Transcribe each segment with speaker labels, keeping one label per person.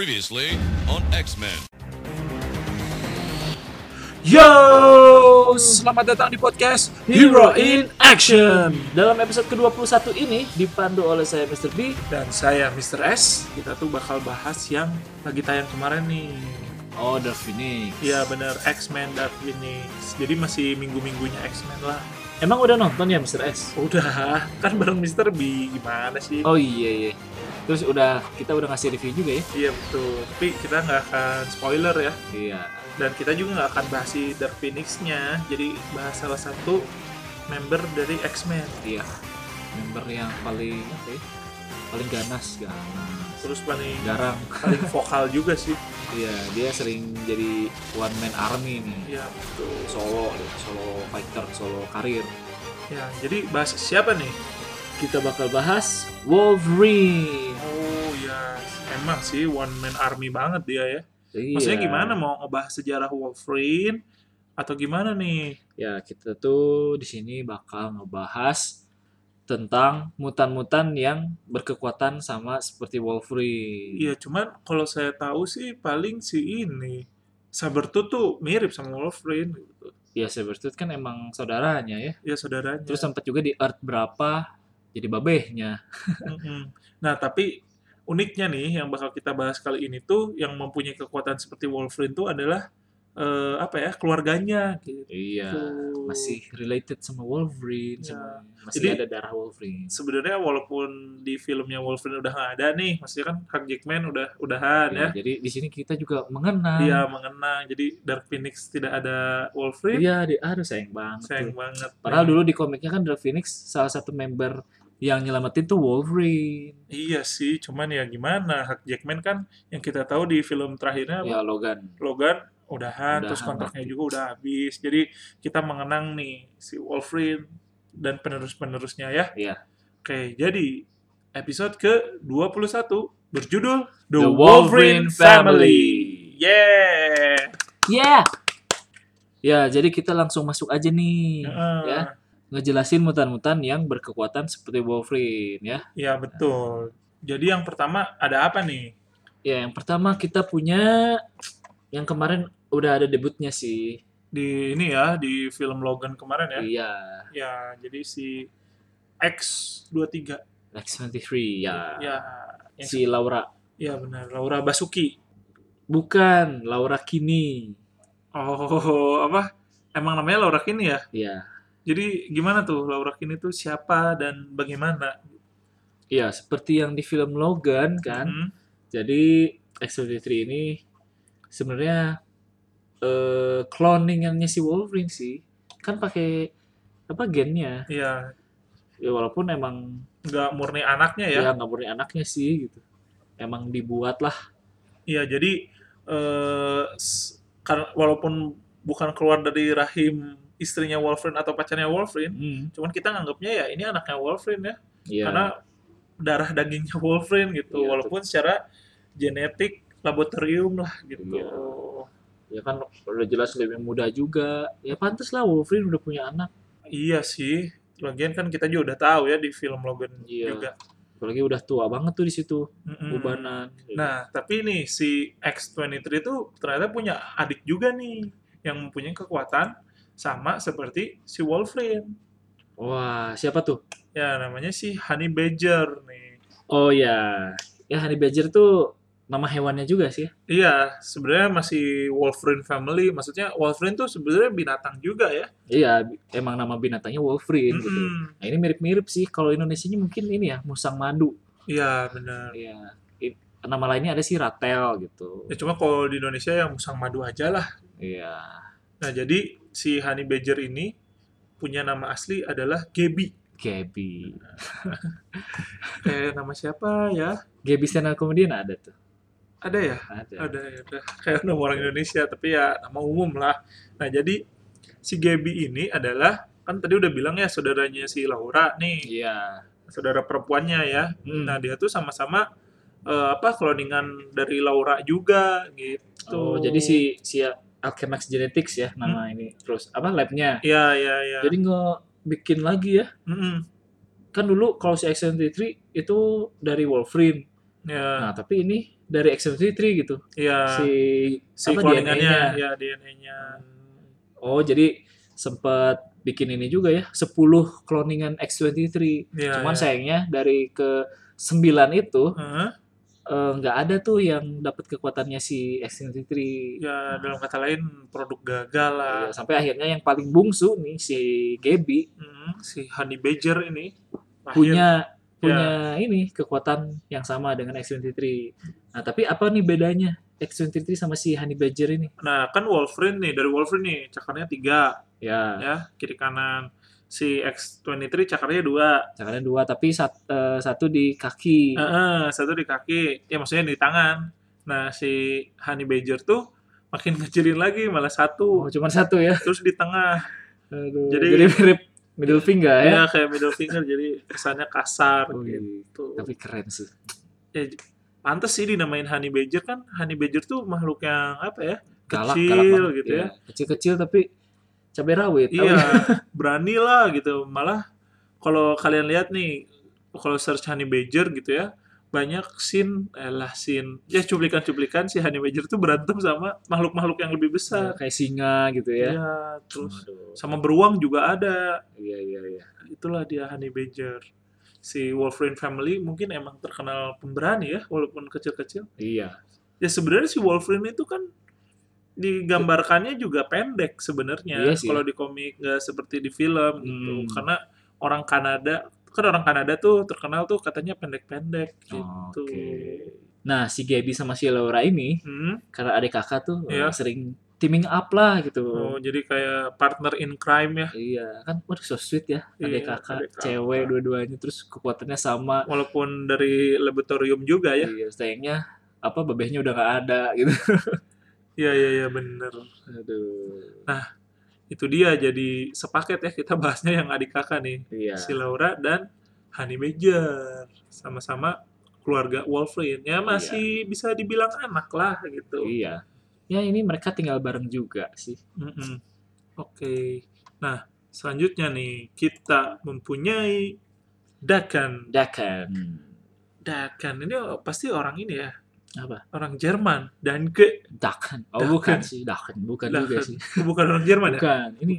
Speaker 1: Previously on X-Men.
Speaker 2: Yo, selamat datang di podcast Hero in Action.
Speaker 3: Dalam episode ke-21 ini dipandu oleh saya Mr. B.
Speaker 2: Dan saya Mr. S, kita tuh bakal bahas yang lagi tayang kemarin nih.
Speaker 3: Oh, The Phoenix.
Speaker 2: Ya bener, X-Men Dark Phoenix. Jadi masih minggu-minggunya X-Men lah.
Speaker 3: Emang udah nonton ya Mr. S?
Speaker 2: Udah, kan bareng Mr. B, gimana sih?
Speaker 3: Oh iya iya. Terus udah kita udah ngasih review juga ya.
Speaker 2: Iya betul, tapi kita nggak akan spoiler ya.
Speaker 3: Iya.
Speaker 2: Dan kita juga nggak akan bahas si Dark Phoenix-nya. Jadi bahas salah satu member dari X-Men.
Speaker 3: Iya. Member yang paling apa ya? Paling ganas, ganas.
Speaker 2: Terus paling
Speaker 3: Garang.
Speaker 2: paling vokal juga sih.
Speaker 3: Iya, dia sering jadi one man army nih.
Speaker 2: Iya betul.
Speaker 3: Solo, dia. solo fighter, solo karir.
Speaker 2: Ya, jadi bahas siapa nih?
Speaker 3: Kita bakal bahas Wolverine.
Speaker 2: Oh ya, emang sih one man army banget dia ya.
Speaker 3: Iya.
Speaker 2: Maksudnya gimana mau ngebahas sejarah Wolverine atau gimana nih?
Speaker 3: ya kita tuh di sini bakal ngebahas tentang mutan-mutan yang berkekuatan sama seperti Wolverine.
Speaker 2: Iya, cuman kalau saya tahu sih paling si ini Sabretooth tuh mirip sama Wolverine gitu.
Speaker 3: Ya Sabretooth kan emang saudaranya ya.
Speaker 2: Ya saudaranya.
Speaker 3: Terus sempat juga di Earth berapa jadi babehnya.
Speaker 2: Mm-mm. Nah, tapi uniknya nih yang bakal kita bahas kali ini tuh yang mempunyai kekuatan seperti Wolverine tuh adalah eh, apa ya? keluarganya gitu.
Speaker 3: Iya, masih related sama Wolverine
Speaker 2: Ya.
Speaker 3: semuanya. Masih
Speaker 2: Jadi- Iya.
Speaker 3: ada darah Wolverine.
Speaker 2: sebenarnya walaupun di filmnya Wolverine udah nggak ada nih, maksudnya kan Hugh Jackman udah udahan
Speaker 3: Ya,
Speaker 2: ya.
Speaker 3: jadi di sini kita juga mengenang.
Speaker 2: Dia mengenang, jadi Dark Phoenix tidak ada Wolverine.
Speaker 3: Iya, di- aduh sayang banget.
Speaker 2: Sayang
Speaker 3: tuh.
Speaker 2: banget.
Speaker 3: Padahal dulu di komiknya kan Dark Phoenix salah satu member yang nyelamatin tuh Wolverine.
Speaker 2: Iya sih, cuman ya gimana Hugh Jackman kan yang kita tahu di film terakhirnya
Speaker 3: Ya Logan.
Speaker 2: Logan udahan, terus
Speaker 3: Udahan,
Speaker 2: kontraknya
Speaker 3: mati.
Speaker 2: juga udah habis. Jadi kita mengenang nih si Wolverine dan penerus-penerusnya ya.
Speaker 3: Iya.
Speaker 2: Oke, jadi episode ke-21 berjudul The,
Speaker 3: The
Speaker 2: Wolverine
Speaker 3: Wolverine
Speaker 2: Family.
Speaker 3: Family.
Speaker 2: Yeah.
Speaker 3: Ya. Ya, jadi kita langsung masuk aja nih. Ya,
Speaker 2: Heeh.
Speaker 3: ngejelasin mutan-mutan yang berkekuatan seperti Wolverine ya.
Speaker 2: Iya betul. Jadi yang pertama ada apa nih?
Speaker 3: Ya, yang pertama kita punya yang kemarin udah ada debutnya sih.
Speaker 2: Di ini ya di film Logan kemarin ya.
Speaker 3: Iya,
Speaker 2: Ya jadi si X23.
Speaker 3: X23 ya.
Speaker 2: Ya. Yang
Speaker 3: Si Laura
Speaker 2: ya benar Laura Basuki.
Speaker 3: bukan Laura Kini.
Speaker 2: Oh apa? Emang namanya Laura Kini ya?
Speaker 3: Ya.
Speaker 2: Jadi gimana tuh Laura Kini tuh siapa dan bagaimana?
Speaker 3: Iya, seperti yang di film Logan kan.
Speaker 2: Hmm.
Speaker 3: Jadi X23 ini sebenarnya eh cloningannya si Wolverine sih. Kan pakai apa gennya.
Speaker 2: Iya.
Speaker 3: Ya, walaupun emang
Speaker 2: Nggak murni anaknya ya.
Speaker 3: ya nggak murni anaknya sih gitu. Emang dibuat lah.
Speaker 2: Iya, jadi eh, s- kar- walaupun bukan keluar dari rahim istrinya Wolverine atau pacarnya Wolverine, cuman kita nganggapnya ya ini anaknya Wolverine ya,
Speaker 3: Iya.
Speaker 2: Hmm. karena darah dagingnya Wolverine gitu,
Speaker 3: Iya,
Speaker 2: walaupun secara genetik laboratorium lah gitu.
Speaker 3: Iya. ya kan udah jelas lebih muda juga. Ya pantas lah Wolverine udah punya anak.
Speaker 2: Iya sih, lagian kan kita juga udah tahu ya di film Logan
Speaker 3: Iya.
Speaker 2: juga.
Speaker 3: Apalagi udah tua banget tuh di situ,
Speaker 2: Mm-mm.
Speaker 3: ubanan.
Speaker 2: Hmm. Nah, tapi nih si X23 itu ternyata punya adik juga nih yang mempunyai kekuatan sama seperti si Wolverine.
Speaker 3: Wah, siapa tuh?
Speaker 2: Ya, namanya si Honey Badger nih.
Speaker 3: Oh ya. Ya Honey Badger tuh nama hewannya juga sih.
Speaker 2: Iya, sebenarnya masih Wolverine family. Maksudnya Wolverine tuh sebenarnya binatang juga ya.
Speaker 3: Iya, emang nama binatangnya Wolverine gitu.
Speaker 2: Mm-mm.
Speaker 3: Nah, ini mirip-mirip sih. Kalau Indonesianya mungkin ini ya, musang madu.
Speaker 2: Iya, benar.
Speaker 3: Iya. I- Nama lainnya ada sih ratel gitu.
Speaker 2: Ya, cuma kalau di Indonesia ya musang madu aja lah.
Speaker 3: Iya.
Speaker 2: Nah, jadi si Honey Badger ini punya nama asli adalah Gaby.
Speaker 3: Gabi.
Speaker 2: Kayak Eh, nama siapa ya?
Speaker 3: Gabi stand up comedian ada tuh.
Speaker 2: Ada ya?
Speaker 3: Ada.
Speaker 2: Ada ya, ada. Kayak nama orang Indonesia, tapi ya nama umum lah. Nah, jadi si Gaby ini adalah, kan tadi udah bilang ya saudaranya si Laura nih.
Speaker 3: Iya.
Speaker 2: Saudara perempuannya ya.
Speaker 3: Hmm.
Speaker 2: Nah, dia tuh sama-sama eh, apa cloningan dari Laura juga gitu.
Speaker 3: Oh, jadi si si Alchemax Genetics ya nama ini. Terus apa labnya?
Speaker 2: ya ya ya.
Speaker 3: Jadi ngebikin lagi ya.
Speaker 2: Mm-mm.
Speaker 3: Kan dulu kalau si X23 itu dari Wolverine.
Speaker 2: ya.
Speaker 3: Nah, tapi ini dari X-Men 3 gitu.
Speaker 2: Iya.
Speaker 3: si
Speaker 2: si
Speaker 3: apa, DNA-nya.
Speaker 2: cloningannya, ya DNA-nya.
Speaker 3: Oh, jadi sempat bikin ini juga ya, 10 cloningan X23.
Speaker 2: Iya, iya.
Speaker 3: Cuman sayangnya dari ke 9 itu
Speaker 2: Heeh.
Speaker 3: eh, nggak ada tuh yang dapat kekuatannya si X23.
Speaker 2: ya dalam kata lain produk gagal lah.
Speaker 3: Iya, sampai akhirnya yang paling bungsu nih si Gaby
Speaker 2: Mm, si Honey Badger ini lahir.
Speaker 3: punya punya ini kekuatan yang sama dengan X23. Nah, tapi apa nih bedanya X23 sama si Honey Badger ini?
Speaker 2: Nah kan Wolverine nih dari Wolverine nih cakarnya tiga
Speaker 3: Ya,
Speaker 2: ya kiri kanan si X23 cakarnya dua
Speaker 3: caranya dua tapi sat- eh, satu di kaki.
Speaker 2: Heeh, satu di kaki ya maksudnya di tangan nah si Honey Badger tuh makin ngecilin lagi malah satu
Speaker 3: Oh, cuman satu ya.
Speaker 2: terus di tengah
Speaker 3: Aduh, jadi,
Speaker 2: Jadi-
Speaker 3: mirip middle finger
Speaker 2: ya
Speaker 3: ya.
Speaker 2: kayak middle finger jadi kesannya kasar
Speaker 3: Oh, iya.
Speaker 2: gitu
Speaker 3: Tapi keren sih.
Speaker 2: ya, pantes sih dinamain Honey Badger kan Honey Badger tuh makhluk yang apa ya
Speaker 3: Galak,
Speaker 2: Kecil
Speaker 3: galak banget.
Speaker 2: gitu
Speaker 3: Iya, Kecil-kecil tapi cabai rawit. Tahu
Speaker 2: iya
Speaker 3: nggak?
Speaker 2: berani lah gitu malah kalau kalian lihat nih kalau search Honey Badger gitu ya banyak scene eh lah scene ya cuplikan-cuplikan si Honey Badger tuh berantem sama makhluk-makhluk yang lebih
Speaker 3: Iya,
Speaker 2: besar
Speaker 3: kayak singa gitu ya.
Speaker 2: Iya, terus
Speaker 3: Aduh,
Speaker 2: sama beruang juga ada
Speaker 3: Iya, iya, iya.
Speaker 2: itulah dia Honey Badger si Wolverine family mungkin emang terkenal pemberani ya walaupun kecil-kecil
Speaker 3: Iya.
Speaker 2: ya sebenarnya si Wolverine itu kan digambarkannya juga pendek sebenarnya
Speaker 3: Iya sih.
Speaker 2: kalau di komik nggak seperti di film gitu
Speaker 3: Hmm.
Speaker 2: karena orang Kanada kan orang Kanada tuh terkenal tuh katanya pendek-pendek
Speaker 3: Oh.
Speaker 2: gitu
Speaker 3: Oke. Nah, si Gaby sama si Laura ini
Speaker 2: Hmm.
Speaker 3: karena adik kakak tuh eh,
Speaker 2: Iya.
Speaker 3: sering teaming up lah gitu.
Speaker 2: Oh, jadi kayak partner in crime ya
Speaker 3: Iya, kan waduh so sweet ya. Adik
Speaker 2: Iya,
Speaker 3: kakak,
Speaker 2: adik kakak.
Speaker 3: cewek dua-duanya terus kekuatannya sama.
Speaker 2: walaupun dari laboratorium juga ya
Speaker 3: Iya, sayangnya apa babehnya udah nggak ada gitu.
Speaker 2: iya iya iya bener
Speaker 3: Aduh.
Speaker 2: itu dia jadi sepaket ya kita bahasnya yang adik kakak nih
Speaker 3: Iya.
Speaker 2: si Laura dan Honey Badger sama-sama keluarga Wolverine ya masih bisa dibilang anak lah gitu
Speaker 3: Iya. Ya ini mereka tinggal bareng juga sih.
Speaker 2: Mm-mm. oke nah selanjutnya nih kita mempunyai Dakan
Speaker 3: Dakan.
Speaker 2: Hmm. Dakan ini pasti orang ini ya
Speaker 3: Apa?
Speaker 2: orang Jerman dan ke
Speaker 3: Dakan. Oh
Speaker 2: Dakan.
Speaker 3: bukan sih, Dakan. Bukan juga
Speaker 2: Dakan.
Speaker 3: sih.
Speaker 2: bukan orang Jerman ya
Speaker 3: Bukan. Ini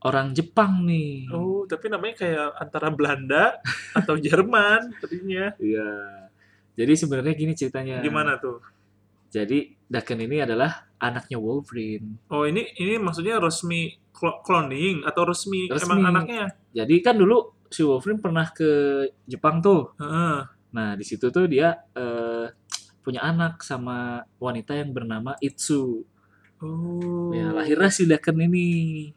Speaker 3: orang Jepang nih.
Speaker 2: oh tapi namanya kayak antara Belanda atau Jerman tadinya
Speaker 3: Iya. Jadi sebenarnya gini ceritanya.
Speaker 2: gimana tuh
Speaker 3: Jadi Dakan ini adalah anaknya Wolverine.
Speaker 2: oh ini ini maksudnya resmi clo- cloning atau resmi,
Speaker 3: Resmi.
Speaker 2: emang anaknya
Speaker 3: Jadi kan dulu si Wolverine pernah ke Jepang tuh.
Speaker 2: Heeh.
Speaker 3: Nah, di situ tuh dia eh, punya anak sama wanita yang bernama Itsu.
Speaker 2: Oh.
Speaker 3: Ya, lahirlah si Daken ini.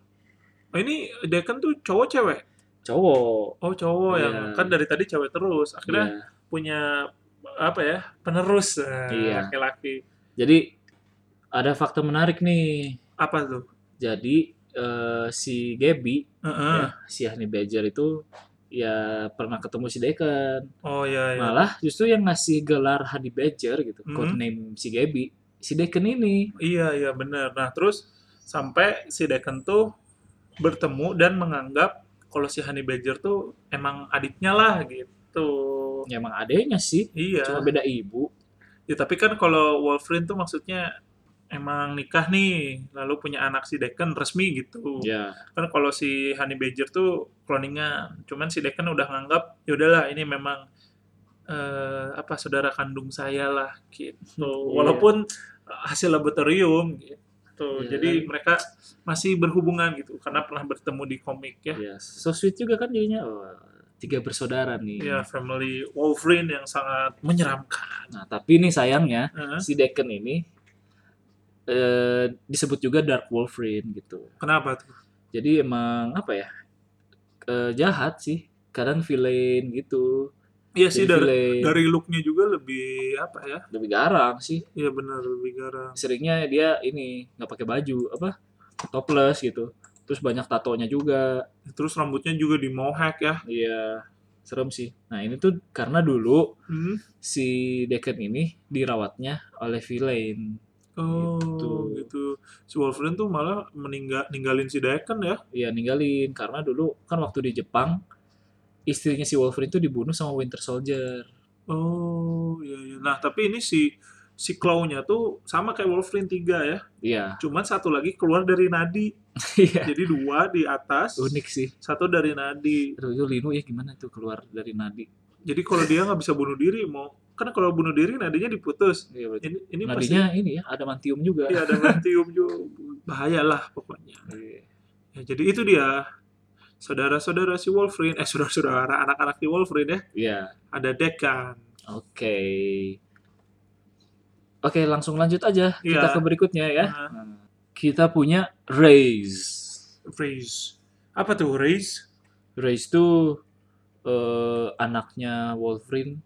Speaker 2: Oh, ini Deacon tuh cowok cewek.
Speaker 3: Cowok.
Speaker 2: Oh, cowok
Speaker 3: Iya.
Speaker 2: yang kan dari tadi cewek terus. Akhirnya
Speaker 3: Iya.
Speaker 2: punya apa ya? Penerus eh,
Speaker 3: Iya.
Speaker 2: laki-laki.
Speaker 3: Jadi ada fakta menarik nih.
Speaker 2: Apa tuh?
Speaker 3: Jadi eh, si Gaby,
Speaker 2: Heeh.
Speaker 3: ya, si Honey Badger itu ya pernah ketemu si Deacon.
Speaker 2: Oh iya iya.
Speaker 3: Malah justru yang ngasih gelar Honey Badger gitu,
Speaker 2: Mhm.
Speaker 3: code name si Gaby, si Deacon ini.
Speaker 2: Iya iya benar. Nah, terus sampai si Deacon tuh bertemu dan menganggap kalau si Honey Badger tuh emang adiknya lah gitu.
Speaker 3: Ya, emang adanya sih,
Speaker 2: Iya.
Speaker 3: cuma beda ibu.
Speaker 2: Ya tapi kan kalau Wolverine tuh maksudnya emang nikah nih, lalu punya anak si Deacon resmi gitu.
Speaker 3: Ya,
Speaker 2: kan kalau si Honey Badger tuh cloningan cuman si Deacon udah nganggap ya udahlah ini memang eh, apa saudara kandung saya lah gitu
Speaker 3: Iya.
Speaker 2: walaupun eh, hasil laboratorium gitu
Speaker 3: Iya,
Speaker 2: jadi mereka masih berhubungan gitu karena pernah bertemu di komik ya
Speaker 3: ya, so sweet juga kan jadinya. Wah, tiga bersaudara nih.
Speaker 2: ya family Wolverine yang sangat menyeramkan
Speaker 3: Nah, tapi nih sayangnya
Speaker 2: Eh,
Speaker 3: si Deacon ini eh, disebut juga Dark Wolverine gitu.
Speaker 2: kenapa tuh
Speaker 3: Jadi emang apa ya? eh, jahat sih, kadang villain gitu.
Speaker 2: iya sih
Speaker 3: Jadi
Speaker 2: dari
Speaker 3: villain.
Speaker 2: dari looknya juga lebih apa ya
Speaker 3: lebih garang sih.
Speaker 2: ya benar lebih garang
Speaker 3: Seringnya dia ini nggak pakai baju, apa? topless gitu. Terus banyak tatonya juga.
Speaker 2: terus rambutnya juga di mohawk ya
Speaker 3: Iya, serem sih. Nah, ini tuh karena dulu
Speaker 2: Hmm.
Speaker 3: si Deacon ini dirawatnya oleh villain.
Speaker 2: Oh,
Speaker 3: Gitu.
Speaker 2: gitu. Si Wolverine tuh malah meninggal ninggalin si Deacon ya.
Speaker 3: Iya, ninggalin karena dulu kan waktu di Jepang istrinya si Wolverine itu dibunuh sama Winter Soldier.
Speaker 2: Oh, iya iya. Nah, tapi ini si si claw-nya tuh sama kayak Wolverine 3 ya.
Speaker 3: Iya.
Speaker 2: Cuman satu lagi keluar dari nadi.
Speaker 3: Iya.
Speaker 2: Jadi dua di atas,
Speaker 3: Unik sih.
Speaker 2: satu dari nadi.
Speaker 3: Aduh, itu Lino ya gimana tuh keluar dari nadi?
Speaker 2: Jadi kalau dia nggak bisa bunuh diri mau kan kalau bunuh diri nadinya diputus.
Speaker 3: Iya, berarti.
Speaker 2: Ini ini pasti
Speaker 3: Nadinya ini ya, adamantium juga.
Speaker 2: dia ada mentium juga. Bahayalah pokoknya.
Speaker 3: Iya.
Speaker 2: Ya, jadi itu dia. Saudara-saudara si Wolverine, eh saudara-saudara anak-anak si Wolverine ya.
Speaker 3: Iya.
Speaker 2: Ada Dekan.
Speaker 3: Oke. Oke, langsung lanjut aja kita
Speaker 2: Iya.
Speaker 3: ke berikutnya ya.
Speaker 2: Nah,
Speaker 3: Kita punya Raze.
Speaker 2: Raze. Apa tuh Raze?
Speaker 3: Raze tuh eh, anaknya Wolverine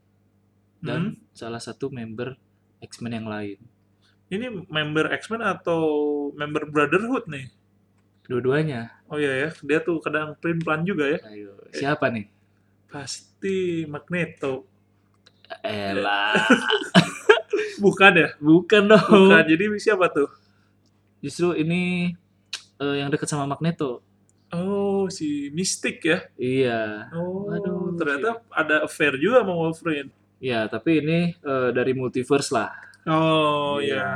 Speaker 2: Dan
Speaker 3: dan
Speaker 2: Hmm.
Speaker 3: salah satu member X-Men yang lain.
Speaker 2: ini member X-Men atau member Brotherhood nih?
Speaker 3: Dua-duanya.
Speaker 2: Oh iya ya, dia tuh kadang print plan juga ya.
Speaker 3: Ayo, siapa nih?
Speaker 2: Pasti Magneto.
Speaker 3: Elah,
Speaker 2: Bukan ya?
Speaker 3: bukan dong.
Speaker 2: Bukan. Jadi siapa tuh?
Speaker 3: Justru ini eh, yang dekat sama Magneto.
Speaker 2: Oh, si Mystic ya.
Speaker 3: Iya.
Speaker 2: Oh,
Speaker 3: Aduh,
Speaker 2: ternyata ada affair juga sama Wolverine.
Speaker 3: Iya, tapi ini eh, dari multiverse lah.
Speaker 2: Oh iya.
Speaker 3: Iya.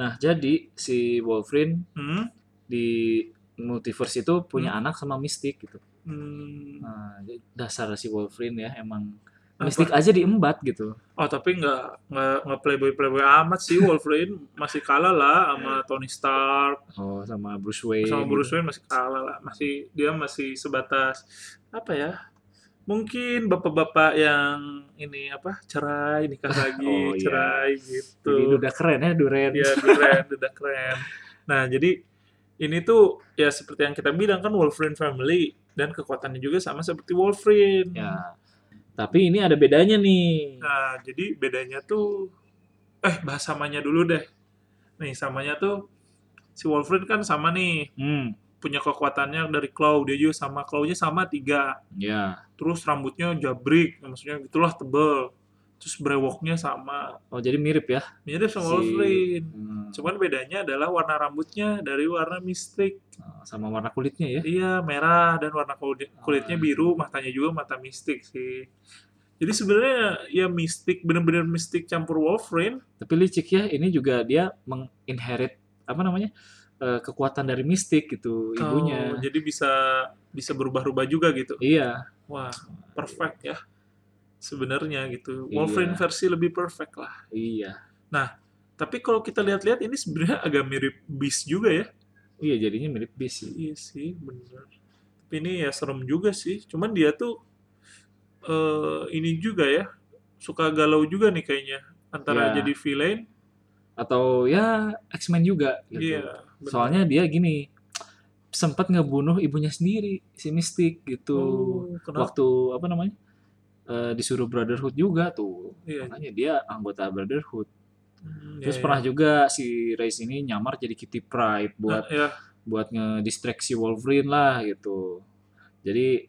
Speaker 3: Nah, jadi si Wolverine
Speaker 2: Hmm?
Speaker 3: di multiverse itu punya anak sama Mystic gitu.
Speaker 2: Hmm.
Speaker 3: Nah, dasar si Wolverine ya emang
Speaker 2: Apa?
Speaker 3: Mystic aja diembat gitu.
Speaker 2: Oh tapi nggak nggak nggak playboy playboy amat sih Wolverine masih kalah lah sama
Speaker 3: Iya.
Speaker 2: Tony Stark
Speaker 3: Oh, sama Bruce Wayne.
Speaker 2: sama Bruce Wayne masih kalah lah masih dia masih sebatas apa ya mungkin bapak-bapak yang ini apa cerai nikah lagi
Speaker 3: Oh, iya.
Speaker 2: cerai gitu
Speaker 3: Jadi udah keren ya Duren.
Speaker 2: Iya, keren, udah keren. Nah, jadi ini tuh ya seperti yang kita bilang kan Wolverine family dan kekuatannya juga sama seperti Wolverine.
Speaker 3: Ya. Tapi ini ada bedanya nih.
Speaker 2: Nah, jadi bedanya tuh eh bahas samanya dulu deh. Nih, samanya tuh si Wolverine kan sama nih
Speaker 3: Hmm.
Speaker 2: punya kekuatannya dari claw dia juga sama claw-nya sama tiga
Speaker 3: Ya.
Speaker 2: terus rambutnya jabrik maksudnya gitulah tebel terus brewoknya sama
Speaker 3: Oh, jadi mirip ya.
Speaker 2: mirip sama
Speaker 3: si-
Speaker 2: Wolverine
Speaker 3: Hmm.
Speaker 2: cuman bedanya adalah warna rambutnya dari warna Mystic
Speaker 3: Oh, sama warna kulitnya ya.
Speaker 2: Iya, merah dan warna kulit- kulitnya
Speaker 3: Ah.
Speaker 2: biru, matanya juga mata mistik sih. Jadi sebenarnya ya mistik, bener-bener mistik campur Wolverine.
Speaker 3: Tapi licik ya, ini juga dia menginherit apa namanya? eh, kekuatan dari Mystic
Speaker 2: Oh,
Speaker 3: gitu ibunya.
Speaker 2: jadi bisa bisa berubah-ubah juga gitu.
Speaker 3: Iya.
Speaker 2: Wah, perfect ya. Sebenarnya gitu.
Speaker 3: Iya.
Speaker 2: Wolverine versi lebih perfect lah.
Speaker 3: Iya.
Speaker 2: Tapi kalau kita lihat-lihat ini sebenarnya agak mirip Beast juga ya.
Speaker 3: Iya, jadinya mirip bis sih.
Speaker 2: Iya sih, bener. Tapi ini ya serem juga sih. Cuman dia tuh eh ini juga ya, suka galau juga nih kayaknya. Antara
Speaker 3: Iya.
Speaker 2: jadi villain,
Speaker 3: Atau ya X-Men juga gitu.
Speaker 2: iya. bener.
Speaker 3: Soalnya dia gini sempat ngebunuh ibunya sendiri si Mystic gitu.
Speaker 2: Oh, kenapa?
Speaker 3: waktu apa namanya eh, disuruh Brotherhood juga tuh
Speaker 2: Iya.
Speaker 3: makanya dia anggota Brotherhood
Speaker 2: Hmm,
Speaker 3: terus
Speaker 2: iya,
Speaker 3: pernah
Speaker 2: iya.
Speaker 3: juga si Reis ini nyamar jadi Kitty Pride buat
Speaker 2: Ah, iya.
Speaker 3: buat ngedistract si Wolverine lah gitu jadi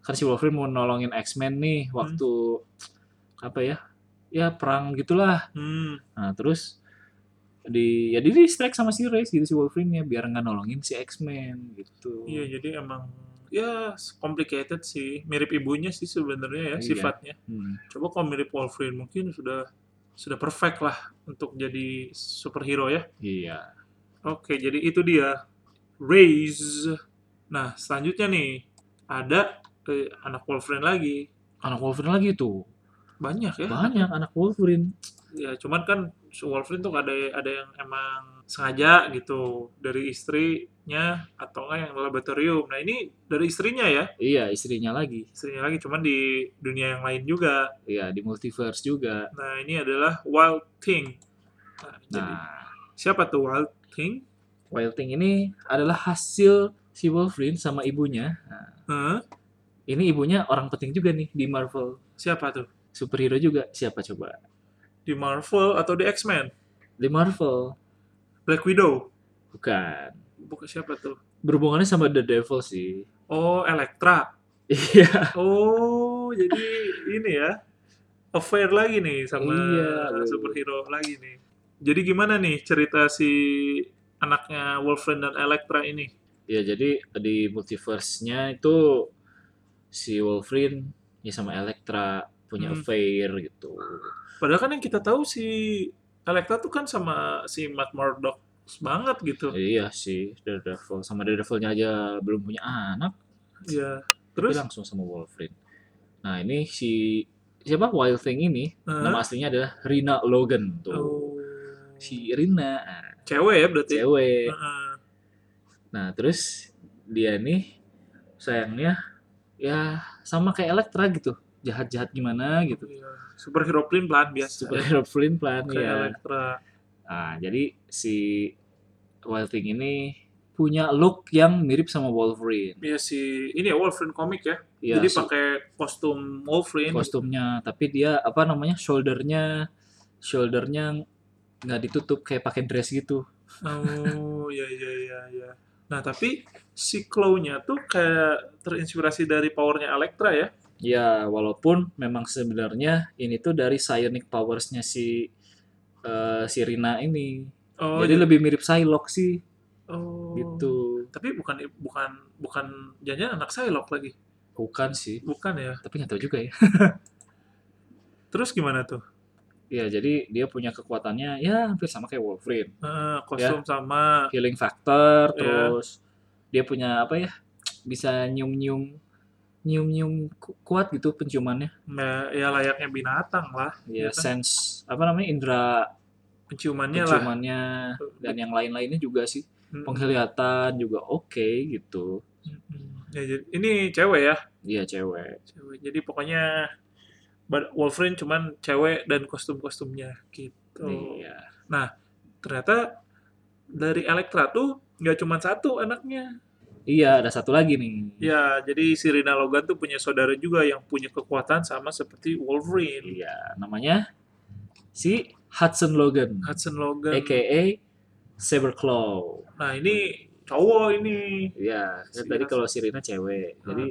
Speaker 3: kan si Wolverine mau nolongin X-Men nih
Speaker 2: Hmm.
Speaker 3: waktu apa ya ya perang gitulah
Speaker 2: Hmm,
Speaker 3: nah terus di ya di distract sama si Reis gitu si Wolverine ya biar nggak nolongin si X-Men gitu
Speaker 2: iya, jadi emang ya complicated sih. Mirip ibunya sih sebenarnya ya
Speaker 3: Iya.
Speaker 2: sifatnya.
Speaker 3: Hmm.
Speaker 2: Coba kalau mirip Wolverine mungkin sudah sudah perfect lah untuk jadi superhero ya.
Speaker 3: iya
Speaker 2: Oke, jadi itu dia Raise. Nah, selanjutnya nih ada eh, anak Wolverine lagi.
Speaker 3: anak Wolverine lagi tuh
Speaker 2: Banyak ya.
Speaker 3: banyak anak Wolverine
Speaker 2: Ya, cuman kan si Wolverine tuh ada ada yang emang sengaja gitu dari istrinya atau enggak yang laboratorium. Nah, ini dari istrinya ya.
Speaker 3: Iya, istrinya lagi.
Speaker 2: Istrinya lagi cuman di dunia yang lain juga.
Speaker 3: Iya, di multiverse juga.
Speaker 2: Nah, ini adalah Wild Thing. Nah, jadi
Speaker 3: Nah,
Speaker 2: siapa tuh Wild Thing?
Speaker 3: Wild Thing ini adalah hasil si Wolverine sama ibunya. Nah,
Speaker 2: Hah?
Speaker 3: ini ibunya orang penting juga nih di Marvel.
Speaker 2: Siapa tuh?
Speaker 3: Superhero juga. Siapa coba?
Speaker 2: Di Marvel atau di X-Men?
Speaker 3: Di Marvel.
Speaker 2: Black Widow.
Speaker 3: Bukan.
Speaker 2: Bukan siapa tuh?
Speaker 3: Berhubungannya sama The Devil sih.
Speaker 2: Oh, Elektra.
Speaker 3: Iya.
Speaker 2: Oh, jadi ini ya. Affair lagi nih sama
Speaker 3: Iya, aduh.
Speaker 2: superhero lagi nih. Jadi gimana nih cerita si anaknya Wolverine dan Elektra ini?
Speaker 3: Ya, jadi di multiverse-nya itu si Wolverine ya sama Elektra punya
Speaker 2: Hmm.
Speaker 3: affair gitu.
Speaker 2: Padahal kan yang kita tahu si Elektra tuh kan sama si Matt Murdock banget gitu.
Speaker 3: Iya sih, Daredevil sama Daredevil-nya aja belum punya anak,
Speaker 2: Iya.
Speaker 3: tapi
Speaker 2: Terus
Speaker 3: langsung sama Wolverine. Nah, ini si siapa Wild Thing ini,
Speaker 2: eh,
Speaker 3: nama aslinya adalah Rina Logan tuh.
Speaker 2: oh,
Speaker 3: Si Rina, ah,
Speaker 2: cewek ya berarti.
Speaker 3: cewek.
Speaker 2: Heeh.
Speaker 3: Nah, terus dia nih sayangnya ya sama kayak Elektra gitu, jahat-jahat gimana gitu.
Speaker 2: Iya. Superhero Plim plan biasa.
Speaker 3: Superhero Flynn plan
Speaker 2: Kayak
Speaker 3: ya.
Speaker 2: Elektra.
Speaker 3: Nah, jadi si Wild Thing ini punya look yang mirip sama Wolverine.
Speaker 2: Iya si ini ya Wolverine komik ya.
Speaker 3: Iya,
Speaker 2: Jadi
Speaker 3: si-
Speaker 2: pakai kostum Wolverine.
Speaker 3: kostumnya, tapi dia apa namanya shouldernya shouldernya nggak ditutup kayak pakai dress gitu.
Speaker 2: Oh iya iya iya iya. Nah tapi si Claw-nya tuh kayak terinspirasi dari powernya Elektra ya.
Speaker 3: Ya walaupun memang sebenarnya ini tuh dari psionic powersnya si eh, si Rina ini.
Speaker 2: Oh
Speaker 3: Jadi
Speaker 2: iya.
Speaker 3: lebih mirip Psylocke sih
Speaker 2: Oh.
Speaker 3: gitu.
Speaker 2: Tapi bukan bukan bukan jangan anak Psylocke lagi.
Speaker 3: Bukan sih,
Speaker 2: Bukan ya.
Speaker 3: tapi nggak tahu juga ya.
Speaker 2: Terus gimana tuh?
Speaker 3: Ya jadi dia punya kekuatannya ya hampir sama kayak Wolverine.
Speaker 2: Eh,
Speaker 3: Ya.
Speaker 2: kostum sama
Speaker 3: Healing factor
Speaker 2: Iya.
Speaker 3: terus dia punya apa ya? Bisa nyium-nyium nyium-nyium ku- kuat gitu penciumannya.
Speaker 2: nah, ya layaknya binatang lah
Speaker 3: ya
Speaker 2: Gitu.
Speaker 3: sense apa namanya indera
Speaker 2: penciumannya lah.
Speaker 3: penciumannya dan yang lain-lainnya juga sih
Speaker 2: Mm,
Speaker 3: penglihatan juga oke gitu
Speaker 2: mm, mm. Ya, jadi, ini cewek ya.
Speaker 3: iya cewek
Speaker 2: Cewek. Jadi pokoknya Bad- Wolverine cuman cewek dan kostum-kostumnya gitu.
Speaker 3: iya
Speaker 2: Ternyata dari Elektra tuh nggak cuma satu anaknya.
Speaker 3: iya ada satu lagi nih
Speaker 2: Ya, jadi si Rina Logan tuh punya saudara juga yang punya kekuatan sama seperti Wolverine.
Speaker 3: iya namanya si Hudson Logan
Speaker 2: Hudson Logan.
Speaker 3: aka Saberclaw
Speaker 2: Nah, ini cowok ini.
Speaker 3: iya kan
Speaker 2: Si
Speaker 3: tadi
Speaker 2: Hudson.
Speaker 3: kalau Sirina cewek
Speaker 2: Ah.
Speaker 3: jadi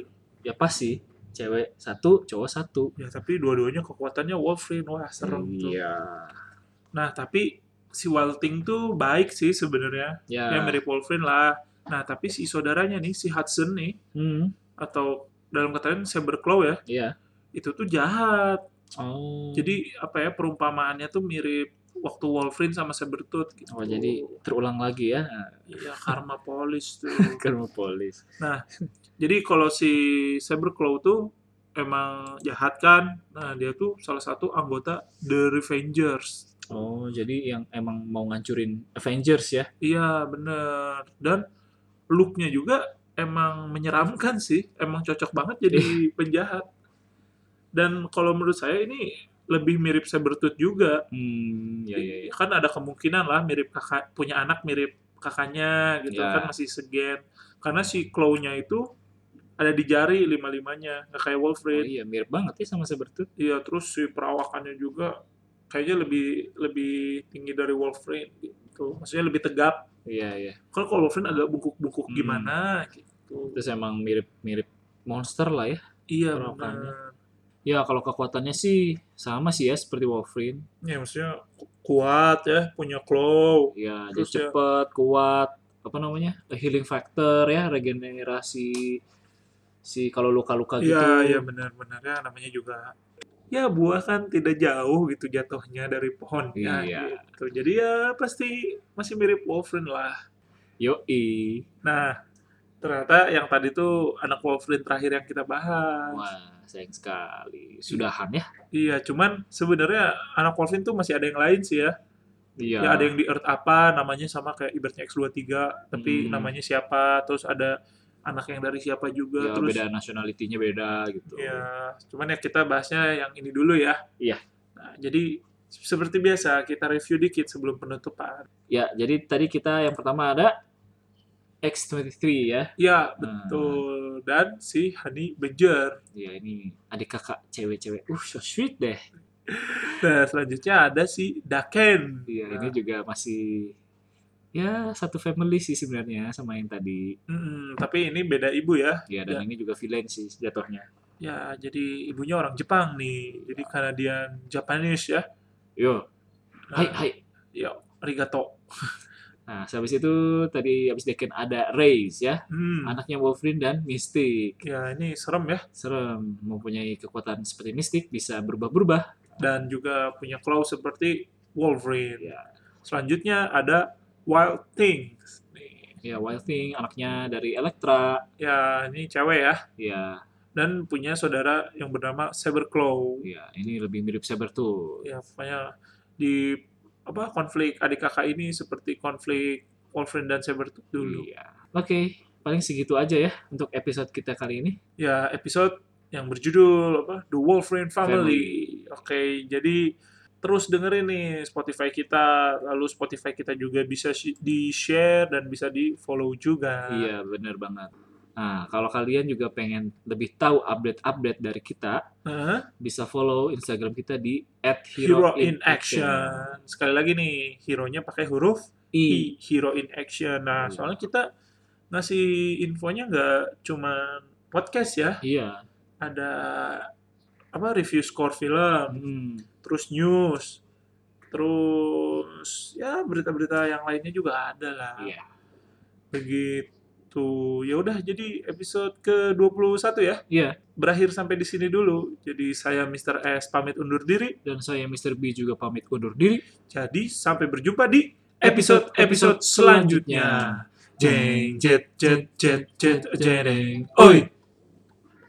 Speaker 3: ya pasti cewek satu cowok satu
Speaker 2: Ya, tapi dua-duanya kekuatannya Wolverine. Wah, serem tuh.
Speaker 3: iya
Speaker 2: Nah, tapi si Walting tuh baik sih sebenarnya.
Speaker 3: ya
Speaker 2: Ya mirip Wolverine lah. Nah, tapi si saudaranya nih, si Hudson nih
Speaker 3: Hmm,
Speaker 2: atau dalam kata lain Saberclaw ya,
Speaker 3: iya
Speaker 2: itu tuh jahat.
Speaker 3: oh
Speaker 2: Jadi apa ya perumpamaannya tuh mirip waktu Wolverine sama Sabertooth gitu.
Speaker 3: oh jadi terulang lagi ya
Speaker 2: Iya, karma polis tuh.
Speaker 3: karena polis
Speaker 2: jadi kalau si Saberclaw tuh emang jahat kan. Nah, dia tuh salah satu anggota The Revengers.
Speaker 3: Oh, jadi yang emang mau ngancurin Avengers ya?
Speaker 2: Iya bener dan looknya juga emang menyeramkan sih emang cocok banget jadi
Speaker 3: Iya.
Speaker 2: penjahat dan kalau menurut saya ini lebih mirip Sabertooth juga
Speaker 3: Hmm, ya ya ya.
Speaker 2: kan ada kemungkinan lah mirip kakak punya anak mirip kakaknya gitu
Speaker 3: Ya.
Speaker 2: kan masih segen karena si claw-nya itu ada di jari lima limanya nggak kayak
Speaker 3: Oh,
Speaker 2: Wolverine
Speaker 3: iya, mirip banget ya sama Sabertooth.
Speaker 2: iya terus si perawakannya juga kayaknya lebih lebih tinggi dari Wolverine gitu maksudnya lebih tegap
Speaker 3: Iya, iya.
Speaker 2: kalau kalau Wolverine agak bungkuk-bungkuk
Speaker 3: Hmm.
Speaker 2: gimana gitu.
Speaker 3: Terus emang mirip-mirip monster lah ya.
Speaker 2: Iya
Speaker 3: Perawakannya.
Speaker 2: benar.
Speaker 3: Ya, kalau kekuatannya sih sama sih ya seperti Wolverine.
Speaker 2: Ya maksudnya ku- kuat ya, punya claw.
Speaker 3: Ya,
Speaker 2: Terus ya-
Speaker 3: dia cepet, kuat, apa namanya? healing factor ya, regenerasi si kalau luka-luka gitu.
Speaker 2: Iya, iya benar-benar ya namanya juga ya buah kan tidak jauh gitu jatuhnya dari pohon ya
Speaker 3: Iya.
Speaker 2: gitu. Jadi ya pasti masih mirip Wolverine lah.
Speaker 3: Yoi.
Speaker 2: Nah, ternyata yang tadi tuh anak Wolverine terakhir yang kita bahas.
Speaker 3: Wah, sayang sekali. Sudahan ya?
Speaker 2: Iya, cuman sebenarnya anak Wolverine tuh masih ada yang lain sih ya.
Speaker 3: Iya.
Speaker 2: Ya ada yang di Earth apa namanya sama kayak ibaratnya X23 tapi
Speaker 3: Hmm.
Speaker 2: namanya siapa terus ada anak yang dari siapa juga
Speaker 3: Ya,
Speaker 2: terus
Speaker 3: beda nationality-nya beda gitu.
Speaker 2: ya cuman ya kita bahasnya yang ini dulu ya.
Speaker 3: Iya.
Speaker 2: Nah, jadi seperti biasa kita review dikit sebelum penutupan.
Speaker 3: Ya, jadi tadi kita yang pertama ada X23 ya.
Speaker 2: Ya,
Speaker 3: Nah,
Speaker 2: betul. Dan si Hani Bejer.
Speaker 3: ya ini adik kakak cewek-cewek. Uh, so sweet deh.
Speaker 2: Nah, selanjutnya ada si Daken.
Speaker 3: Iya,
Speaker 2: Nah,
Speaker 3: ini juga masih ya satu family sih sebenarnya sama yang tadi.
Speaker 2: mm-mm, tapi ini beda ibu ya.
Speaker 3: Ya, dan ini juga villain sih jatuhnya.
Speaker 2: Ya, jadi ibunya orang Jepang nih. Jadi karena dia Japanese ya.
Speaker 3: Yo.
Speaker 2: Nah,
Speaker 3: Hai, hai.
Speaker 2: Ya, arigato.
Speaker 3: Nah, habis itu tadi habis Deken ada Raze ya,
Speaker 2: Hmm.
Speaker 3: anaknya Wolverine dan Mystic.
Speaker 2: Ya ini serem ya
Speaker 3: Serem mempunyai kekuatan seperti Mystic bisa berubah-berubah.
Speaker 2: dan juga punya claw seperti Wolverine.
Speaker 3: Ya.
Speaker 2: Selanjutnya ada Wild Things. Nih,
Speaker 3: ya Wild Thing anaknya dari Elektra
Speaker 2: Ya, ini cewek ya.
Speaker 3: ya
Speaker 2: Dan punya saudara yang bernama Saberclaw.
Speaker 3: ya ini lebih mirip Sabertooth
Speaker 2: Ya, pokoknya di apa konflik adik kakak ini seperti konflik Wolverine dan Sabertooth dulu.
Speaker 3: Iya. oke paling segitu aja ya untuk episode kita kali ini
Speaker 2: Ya, episode yang berjudul apa? The Wolverine Family. Oke, jadi terus dengerin nih Spotify kita, lalu Spotify kita juga bisa shi- di-share dan bisa di-follow juga.
Speaker 3: Iya, bener banget. Nah, kalau kalian juga pengen lebih tahu update-update dari kita,
Speaker 2: Hah?
Speaker 3: bisa follow Instagram kita di
Speaker 2: Hero, in action. Sekali lagi nih, hero-nya pakai huruf
Speaker 3: I.
Speaker 2: I, hero in action. Nah,
Speaker 3: Iya.
Speaker 2: soalnya kita ngasih infonya nggak cuma podcast ya,
Speaker 3: Iya.
Speaker 2: ada apa review skor film,
Speaker 3: Hmm.
Speaker 2: terus news, terus ya berita-berita yang lainnya juga ada lah.
Speaker 3: Iya.
Speaker 2: Begitu. Ya udah jadi episode ke-21 ya.
Speaker 3: Iya,
Speaker 2: Berakhir sampai di sini dulu. Jadi saya Mr. S pamit undur diri.
Speaker 3: dan saya Mr. B juga pamit undur diri.
Speaker 2: Jadi sampai berjumpa di episode-episode selanjutnya. Jeng jet jet jet jet jeng. Oi.